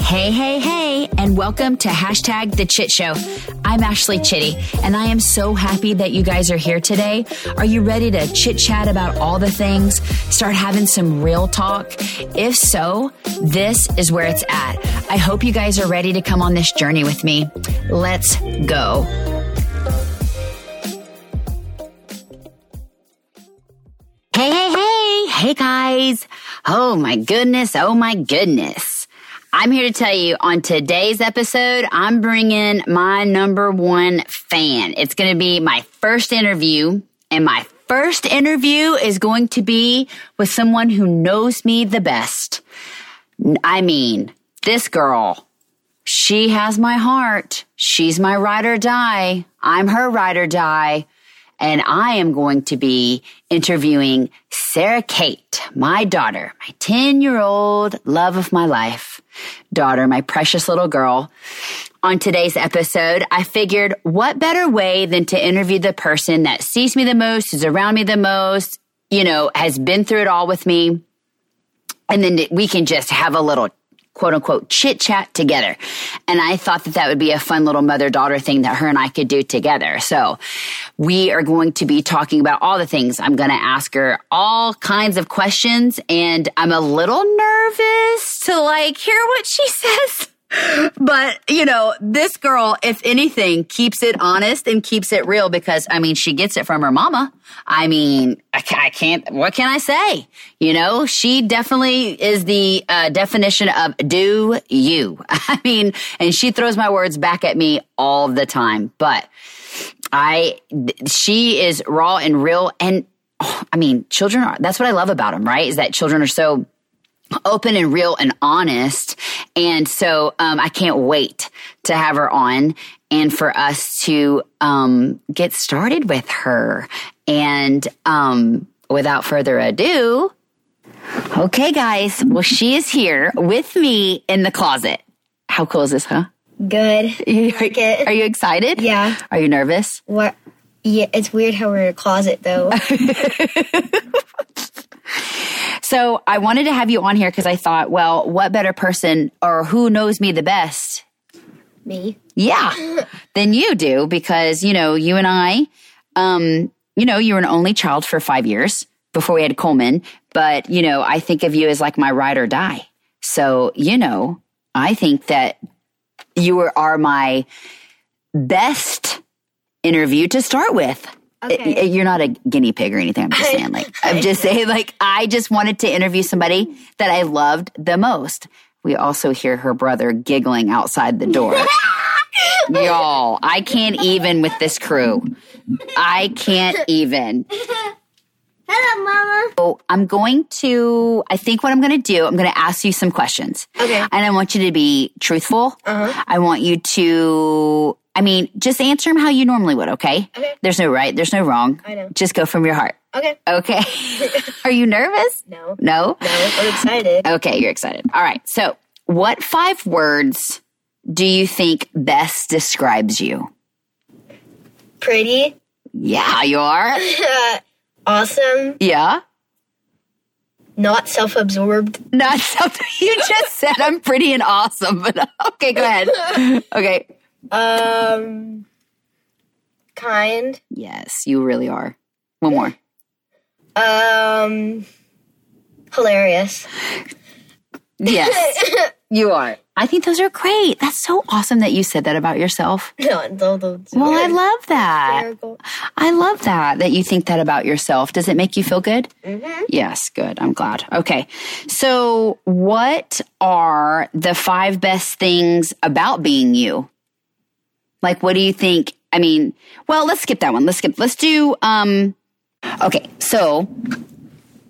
Hey, hey, hey, and welcome to hashtag the Chit Show. I'm Ashley Chitty, and I am so happy that you guys are here today. Are you ready to chit chat about all the things? Start having some real talk? If so, this is where it's at. I hope you guys are ready to come on this journey with me. Let's go. Hey, hey, hey, hey, guys. Oh my goodness, oh my goodness. I'm here to tell you on today's episode, I'm bringing my number one fan. It's going to be my first interview, and my first interview is going to be with someone who knows me the best. I mean, this girl. She has my heart. She's my ride or die. I'm her ride or die. And I am going to be interviewing Sarah Kate, my daughter, my 10 year old love of my life, daughter, my precious little girl. On today's episode, I figured what better way than to interview the person that sees me the most, is around me the most, you know, has been through it all with me and then we can just have a little quote unquote chit chat together. And I thought that that would be a fun little mother daughter thing that her and I could do together. So we are going to be talking about all the things. I'm going to ask her all kinds of questions and I'm a little nervous to like hear what she says. But, you know, this girl, if anything, keeps it honest and keeps it real because, I mean, she gets it from her mama. I mean, I ca- I can't, what can I say? You know, she definitely is the uh, definition of do you. I mean, and she throws my words back at me all the time. But I, th- she is raw and real. And oh, I mean, children are, that's what I love about them, right? Is that children are so open and real and honest. And so um, I can't wait to have her on and for us to um, get started with her. And um, without further ado, okay, guys, well, she is here with me in the closet. How cool is this, huh? Good. Like it. Are you excited? Yeah. Are you nervous? What? Yeah, it's weird how we're in a closet though. So I wanted to have you on here because I thought, well, what better person or who knows me the best? Me. Yeah, than you do because, you know, you and I, um, you know, you were an only child for five years before we had Coleman. But, you know, I think of you as like my ride or die. So, you know, I think that you are, are my best interview to start with. Okay. Y- You're not a guinea pig or anything. I'm just saying, like, I'm just saying, like, I just wanted to interview somebody that I loved the most. We also hear her brother giggling outside the door. Y'all, I can't even with this crew. I can't even. Hello, Mama. So I'm going to, I think what I'm going to do, I'm going to ask you some questions. Okay. Uh-huh. And I want you to be truthful. I want you to, I mean, just answer them how you normally would, okay? Okay. There's no right, there's no wrong. I know. Just go from your heart. Okay. Okay. Are you nervous? No. No? No. I'm excited. Okay, you're excited. All right. So, what five words do you think best describes you? Pretty. Yeah, you are. awesome. Yeah. Not self-absorbed. Not something you just said. I'm pretty and awesome, but okay, go ahead. Okay. Um. Kind. Yes, you really are. One more. Um. Hilarious. Yes, you are. I think those are great. That's so awesome that you said that about yourself. No, no, no. Well, I love that. Hysterical. I love that that you think that about yourself. Does it make you feel good? Mhm. Yes, good. I'm glad. Okay. So, what are the five best things about being you? Like what do you think? I mean, well, let's skip that one. Let's skip. Let's do um Okay. So,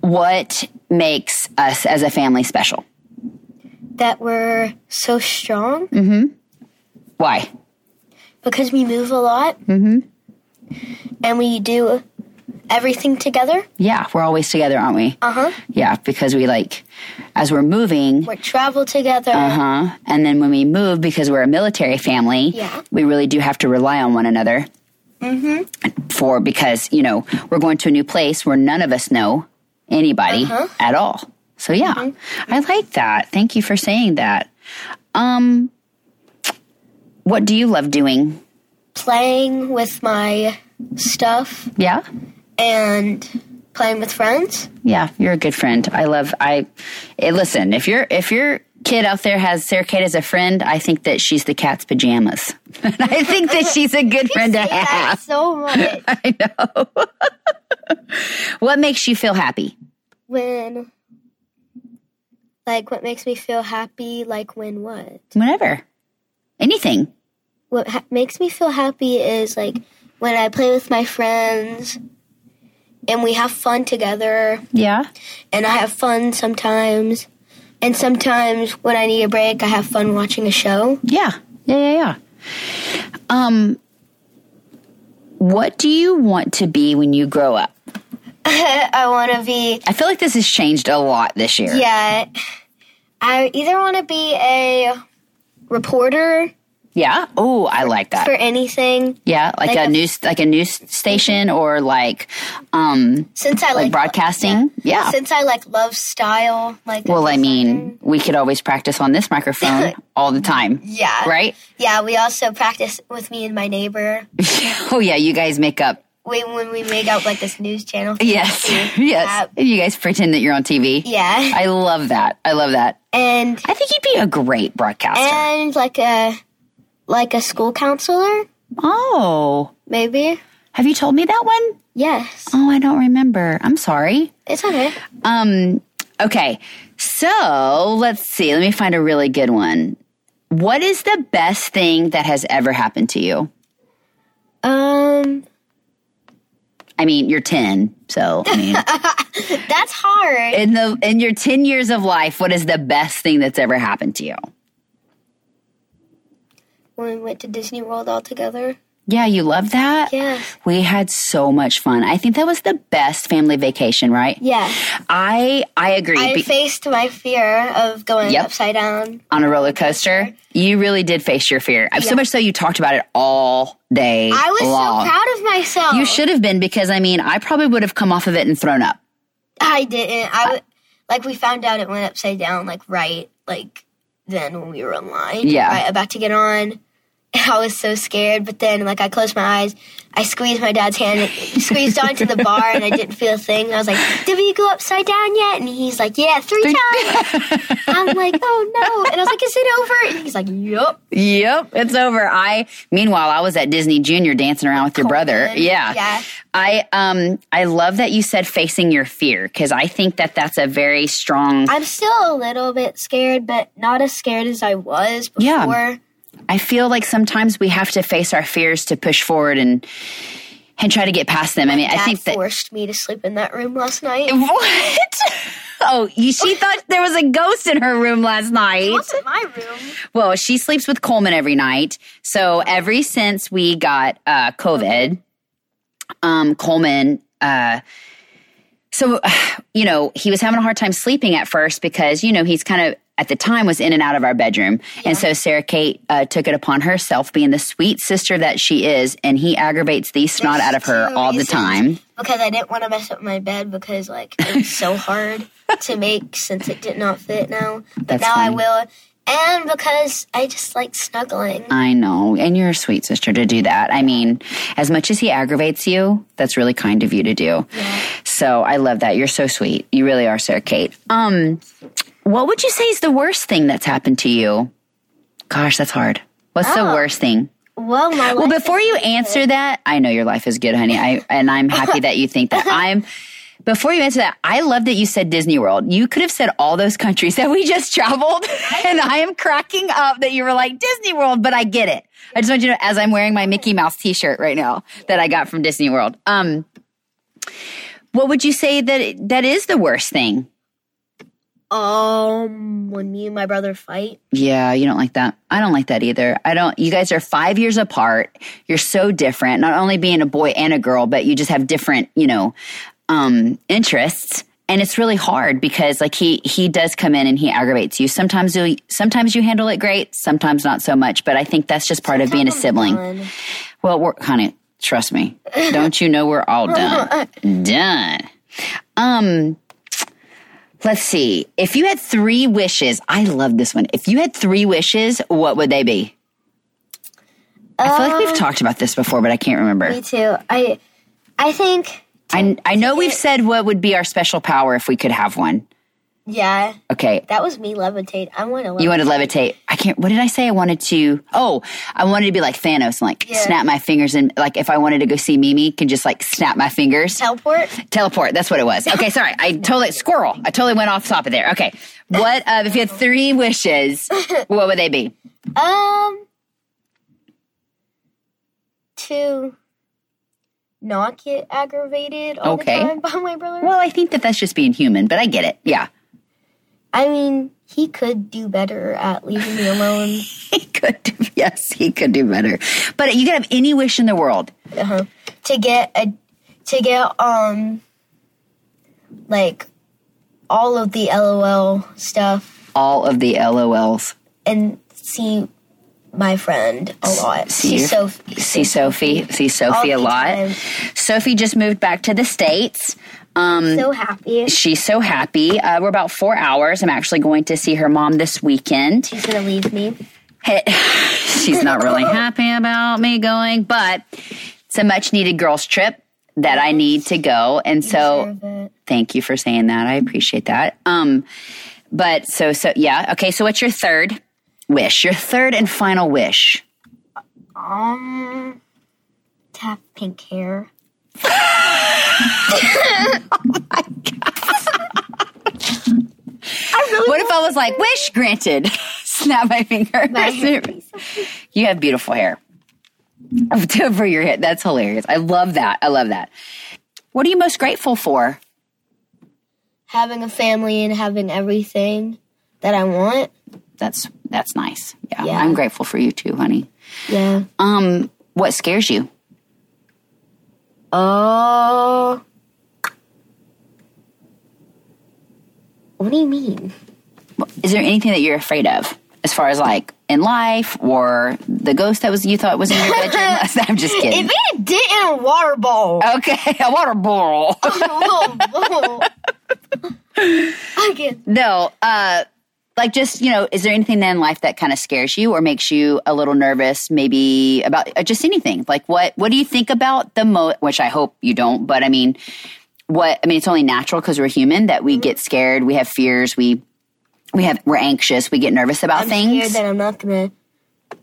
what makes us as a family special? That we're so strong Mm. Why? because we move a lot. Mm-hmm. And we do everything together. Yeah, we're always together, aren't we? Uh huh. Yeah, because we like as we're moving, We travel together. Uh huh. And then when we move, because we're a military family, Yeah. we really do have to rely on one another. Mm-hmm. For because you know we're going to a new place where none of us know anybody at all. So yeah, I like that. Thank you for saying that. Um, what do you love doing? Playing with my stuff Yeah. and playing with friends. Yeah, you're a good friend. I love I eh, listen, if you're if your kid out there has Sarah Kate as a friend, I think that she's the cat's pajamas. I think that she's a good friend to Say that have. so much I know. what makes you feel happy? when like what makes me feel happy like when what Whatever. Anything. what ha- makes me feel happy is like when i play with my friends and we have fun together Yeah. and i have fun sometimes and sometimes when i need a break i have fun watching a show Yeah. Yeah, yeah, yeah. Um what do you want to be when you grow up? i want to be I feel like this has changed a lot this year. yeah i either want to be a reporter Yeah. Oh, I like that. for anything Yeah, like, Like a, a- news, like a news station, or like, um, since i like, like broadcasting. Yeah. since i like love style like Well, I mean, we could always practice on this microphone all the time, yeah right? Yeah, we also practice with me and my neighbor. Oh yeah, you guys make up. We, when we make out like this news channel. Yes, yes. You guys pretend that you're on TV. Yeah. I love that. I love that. And I think you'd be a great broadcaster. and like a like a school counselor, oh, maybe? have you told me that one? Yes. Oh, I don't remember. I'm sorry. It's okay. Um, okay. So let's see. Let me find a really good one. What is the best thing that has ever happened to you? Um I mean, you're 10, so I mean, that's hard. in the in your 10 years of life, what is the best thing that's ever happened to you? when we went to Disney World all together. Yeah, you love that? Yes. We had so much fun. I think that was the best family vacation, right? Yeah. I I agree. I Be- faced my fear of going Yep. upside down. on a roller coaster, you really did face your fear. So much so you talked about it all day I was long. so proud of myself. You should have been because I mean, I probably would have come off of it and thrown up. I didn't. I w- like we found out it went upside down like right like then when we were in line. Yeah. Right, about to get on. I was so scared, but then like I closed my eyes, I squeezed my dad's hand, and squeezed onto the bar, and I didn't feel a thing. I was like, "Did we go upside down yet?" And he's like, "Yeah, three times." I'm like, "Oh no!" And I was like, "Is it over?" And he's like, "Yup." Yep, it's over. I meanwhile I was at Disney Junior dancing around with your brother. Colton, Yeah. yeah. I um I love that you said facing your fear because I think that that's a very strong. I, I'm still a little bit scared, but not as scared as I was before. Yeah. feel like sometimes we have to face our fears to push forward and and try to get past them. I mean, I Dad think that forced me to sleep in that room last night. what? Oh, you- she thought there was a ghost in her room last night. wasn't my room. Well, she sleeps with Coleman every night. So every since we got uh, COVID, um, Coleman, uh, so you know he was having a hard time sleeping at first because you know he's kind of at the time was in and out of our bedroom, and so Sarah Kate uh, took it upon herself, being the sweet sister that she is, and he aggravates the snot out of her two all reasons the time. because I didn't want to mess up my bed because like it was so hard to make since it did not fit now. But That's now fine. I will, and because I just like snuggling. I know, and you're a sweet sister to do that. I mean, as much as he aggravates you, that's really kind of you to do. So I love that. You're so sweet. You really are, Sarah Kate. Um, what would you say is the worst thing that's happened to you? Gosh, that's hard. What's the worst thing? Well, my Well, life before you answer that, I know your life is good, honey. I and I'm happy that you think that. I'm before you answer that, I love that you said Disney World. You could have said all those countries that we just traveled, and I am cracking up that you were like Disney World, but I get it. I just want you to know as I'm wearing my Mickey Mouse t-shirt right now that I got from Disney World. Um what would you say that that is the worst thing? um when me and my brother fight, Yeah, you don't like that. I don't like that either. I don't, you guys are five years apart. You're so different, not only being a boy and a girl, but you just have different, you know, um, interests. And it's really hard because like he, he does come in and he aggravates you. Sometimes you, sometimes you handle it great, sometimes not so much, but I think that's just part of being a I'm sibling. done. Well, we're, honey, trust me. Don't you know we're all done? done. Um, Let's see. If you had three wishes, I love this one. If you had three wishes, what would they be? I feel like we've talked about this before, but I can't remember. Um, Me too. I I think I, I know we've said what would be our special power if we could have one. yeah. Okay. That was me levitate. I want to. You want to levitate. I can't, what did I say? I wanted to, oh, I wanted to be like Thanos and like Yeah. snap my fingers and like if I wanted to go see Mimi, can just like snap my fingers. teleport. Teleport. That's what it was. Okay. Sorry. I totally, squirrel. I totally went off top of there. Okay. What, uh, if you had three wishes, what would they be? Um, to not get aggravated all Okay. the time by my brother. Well, I think that that's just being human, but I get it. Yeah. I mean, he could do better at leaving me alone. He could do, yes, he could do better. But you could have any wish in the world. uh-huh. To get a, to get um, like all of the LOL stuff All of the LOLs. and see my friend a lot. See She's your- so See Sophie. See Sophie a All the lot. time. Sophie just moved back to the States. Um, so happy. she's so happy. Uh, we're about four hours. I'm actually going to see her mom this weekend. She's gonna leave me. Hey, she's not really happy about me going, but it's a much needed girls' trip that I need to go. And so. Deserve it. Thank you for saying that. I appreciate that. Um, but so so yeah. Okay, so what's your third wish? Your third and final wish. Um, to have pink hair. oh my god! I really What if I was like, wish granted? Snap my finger. My hair is you have beautiful hair. Over your head. That's hilarious. I love that. I love that. What are you most grateful for? having a family and having everything that I want. That's that's nice. Yeah. Yeah. I'm grateful for you too, honey. Yeah. Um, what scares you? Oh. what do you mean? Is there anything that you're afraid of as far as like in life or the ghost that was you thought was in your bedroom? last night? I'm just If kidding. it did in a water bowl. Okay, a water bowl. I can. no, uh, like just you know, is there anything in life that kind of scares you or makes you a little nervous? Maybe about uh, just anything. Like what what do you think about the most? Which I hope you don't, but I mean, what I mean, it's only natural because we're human that we get scared, we have fears, we we have we're anxious, we get nervous about I'm things. scared that I'm not gonna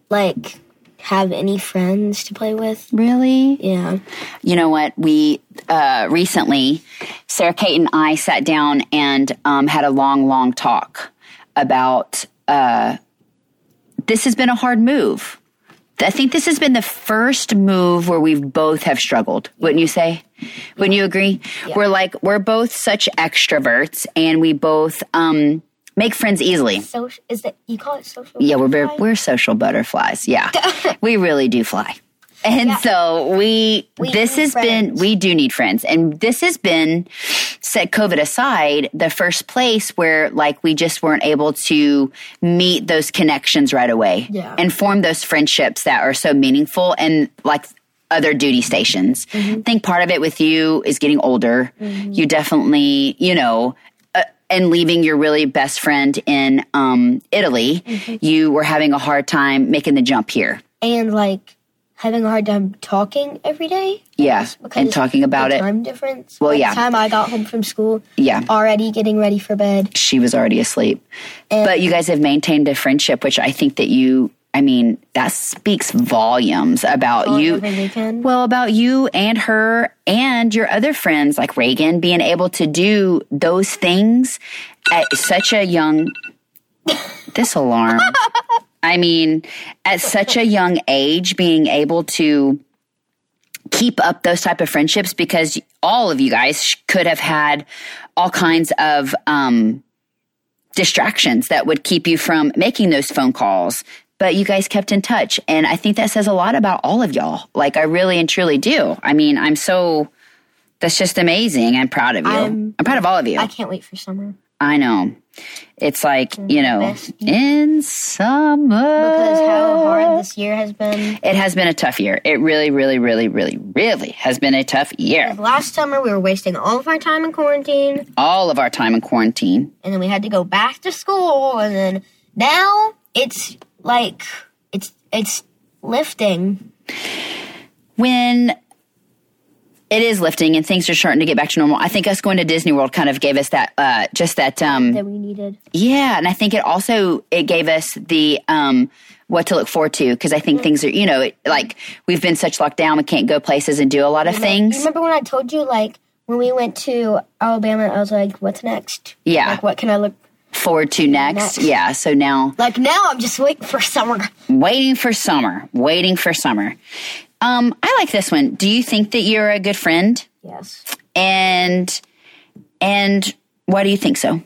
like have any friends to play with. really? Yeah. you know what we uh, recently sarah kate and i sat down and um, had a long long talk about uh, this has been a hard move i think this has been the first move where we both have struggled wouldn't you say wouldn't you agree we're like we're both such extroverts and we both um, make friends easily So is that you call it social? yeah, we're very, butterfly? we're social butterflies. Yeah, we really do fly. And so we, this need has been friends. we do need friends, and this has been set COVID aside the first place where like we just weren't able to meet those connections right away Yeah. and form those friendships that are so meaningful and like other duty stations. Mm-hmm. I think part of it with you is getting older. You definitely, you know, uh, and leaving your really best friend in um, Italy, Mm-hmm. you were having a hard time making the jump here. and like having a hard time talking every day. Yeah. And because talking about the it. Time difference. Well, By the yeah. time I got home from school, Yeah. already getting ready for bed. she was already asleep. but you guys have maintained a friendship, which I think that you, I mean, that speaks volumes about you. every weekend. Well, about you and her and your other friends like Reagan being able to do those things at such a young, this alarm. I mean, at such a young age, being able to keep up those type of friendships because all of you guys sh- could have had all kinds of um, distractions that would keep you from making those phone calls but you guys kept in touch and i think that says a lot about all of y'all like i really and truly do i mean i'm so that's just amazing i'm proud of you i'm, I'm- proud of all of you I can't wait for summer. I know. It's like, you know, Best. in summer. Because how hard this year has been. It has been a tough year. It really, really, really, really, really has been a tough year. Last summer, we were wasting all of our time in quarantine, All of our time in quarantine. and then we had to go back to school, and then now it's like it's it's lifting. When it is lifting and things are starting to get back to normal, I think us going to Disney World kind of gave us that, uh, just that, um, that we needed. Yeah, and I think it also it gave us the um what to look forward to because I think things are you know it, like we've been such locked down we can't go places and do a lot of things. Remember when I told you like when we went to Alabama, I was like, "What's next? Yeah. like what can I look?" Forward to next, Next. yeah. So now Like now, I'm just waiting for summer. waiting for summer, waiting for summer. Um, I like this one. Do you think that you're a good friend? Yes, And and why do you think so?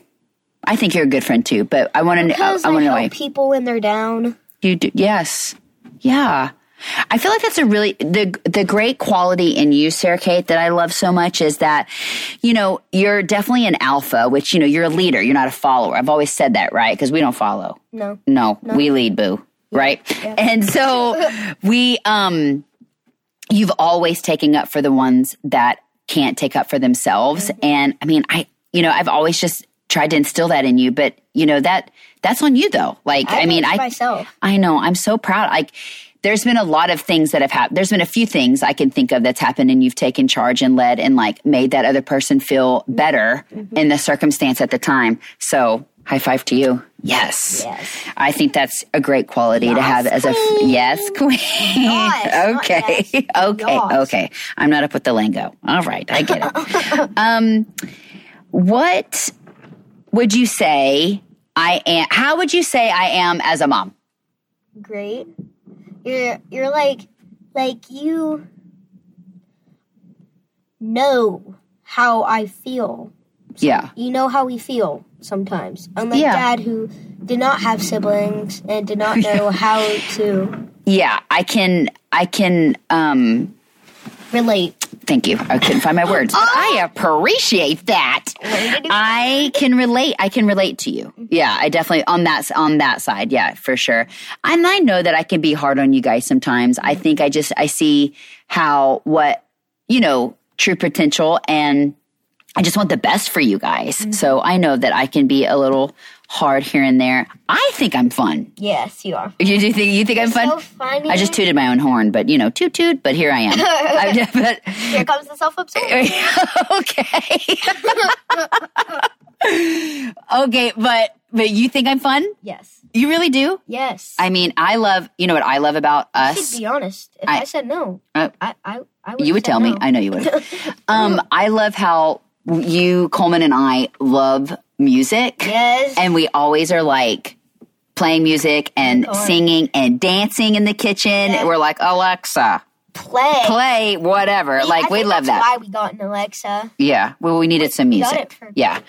I think you're a good friend too, but I want to know. I, because I, want to know. help why. people when they're down. You do, yes, yeah. I feel like that's a really the the great quality in you, Sarah Kate, that I love so much is that you know you're definitely an alpha, which you know you're a leader. You're not a follower. I've always said that, right? Because we don't follow. No, No, we lead, boo. Right? And so we um you've always taken up for the ones that can't take up for themselves and I mean I you know I've always just tried to instill that in you but you know that that's on you though. Like I, I mean did it I myself. I know. I'm so proud. Like, there's been a lot of things that have happened. There's been a few things I can think of that's happened, and you've taken charge and led and like made that other person feel better in the circumstance at the time. So, high five to you. Yes. Yes. I think that's a great quality to have as a f- queen. yes queen. Yes, not okay. yes. Okay. Yes. Okay. I'm not up with the lingo. All right. I get it. um, what would you say I am? How would you say I am as a mom? great. You're you're like like you know how I feel. Yeah. You know how we feel sometimes. Unlike Yeah. dad who did not have siblings and did not know how to Yeah. I can, I can, um, relate. thank you. I couldn't find my words. but I appreciate that. Oh! did Mm-hmm. you- I can relate. I can relate to you. Yeah. I definitely, on that, on that side. Yeah, for sure. And I know that I can be hard on you guys sometimes. Mm-hmm. I think I just, I see how, what, you know, true potential and, I just want the best for you guys. Mm-hmm. So I know that I can be a little hard here and there. I think I'm fun. Yes, you are. You do think you think I'm fun? So funny. I just tooted my own horn, but you know, toot toot. But here I am. I, but, Here comes the self absorbed. okay, okay, but but you think I'm fun? Yes. You really do? Yes. I mean, I love. You know what I love about I should us? be honest. If I, said no, Uh, I I, I You would said tell me. no. I know you would. Um, I love how you, Coleman, and I love music. Yes. and we always are like playing music and God. singing and dancing in the kitchen. Yeah. We're like Alexa, play. play whatever. I like we think love that's that. Why we got an Alexa? Yeah. Well, we needed some music. got it for- yeah.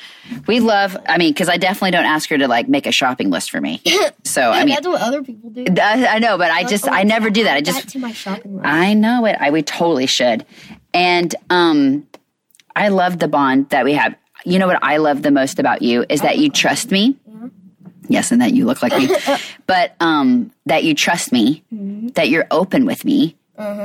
We love. I mean, because I definitely don't ask her to like make a shopping list for me. So I mean, that's what other people do. I, I know, but I just I never do that. I just Add Oh, to my shopping list. I know it. I we totally should. And um I love the bond that we have. You know what I love the most about you is that you trust me. Yes, and that you look like me. but um that you trust me, Mm-hmm. that you're open with me,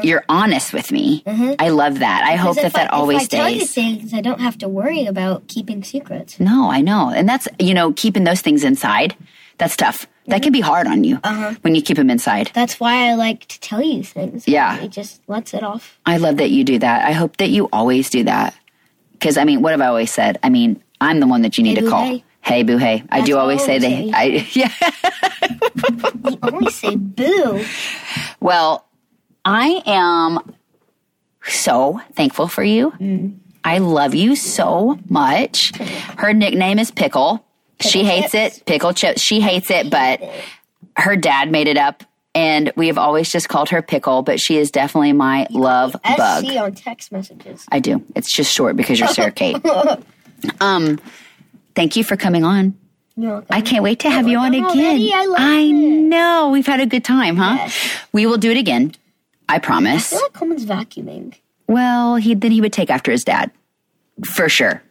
you're honest with me. Mm-hmm. I love that. I hope that if I- that always if I tell you stays. things, I don't have to worry about keeping secrets. No, I know. And that's, you know, keeping those things inside, that's tough. That can be hard on you Uh-huh. when you keep them inside. That's why I like to tell you things. Yeah. it just lets it off. I love that you do that. I hope that you always do that. Because, I mean, what have I always said? I mean, I'm the one that you need Hey, to boo, call. hey. Hey, boo, hey. I do what I always say they. always say. I, yeah. You always say boo. Well, I am so thankful for you. Mm. I love you so much. Her nickname is Pickle. she Pickle hates chips. it. Pickle chips. She hates it, but her dad made it up. And we have always just called her Pickle, but she is definitely my love bug. SC on text messages. I do. It's just short because you're Sarah Kate. Um, thank you for coming on. No, I can't wait to have you on again. already. Oh, I love it. know we've had a good time, huh? Yes. We will do it again. I promise. I feel like Coleman's vacuuming. Well, he then he would take after his dad for sure.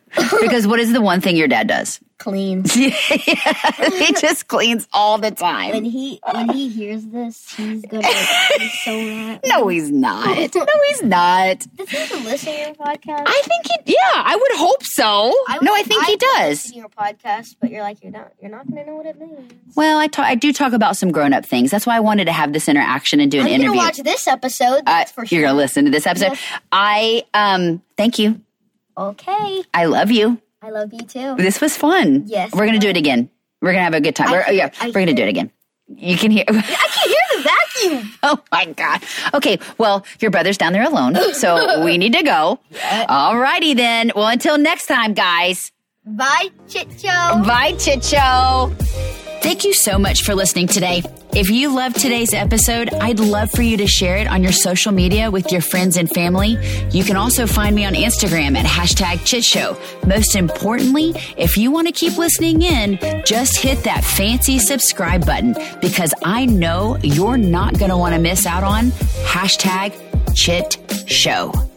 because what is the one thing your dad does? clean. yeah, he just cleans all the time. When he when he hears this, he's gonna be so mad. No, he's not. No, he's not. Does he even listen to your podcast? I think he. Yeah, I would hope so. no, I think he does. Listen to your podcast, but you're like you're not you're not gonna know what it means. Well, I talk, I do talk about some grown up things. That's why I wanted to have this interaction and do an I'm interview. gonna watch this episode. Uh, That's for sure. You're gonna listen to this episode. Yes. I um thank you. Okay, I love you. I love you too. This was fun. Yes. We're gonna do it again. We're gonna have a good time. I We're, hear- yeah, I we're gonna do it again. You can hear. I can hear the vacuum. oh my god. Okay. Well, your brother's down there alone, so we need to go. All righty then. Well, until next time, guys. Bye, Chicho. Bye, Chicho. Thank you so much for listening today. If you loved today's episode, I'd love for you to share it on your social media with your friends and family. You can also find me on Instagram at hashtag Chit Show. Most importantly, if you want to keep listening in, just hit that fancy subscribe button because I know you're not going to want to miss out on hashtag Chit Show.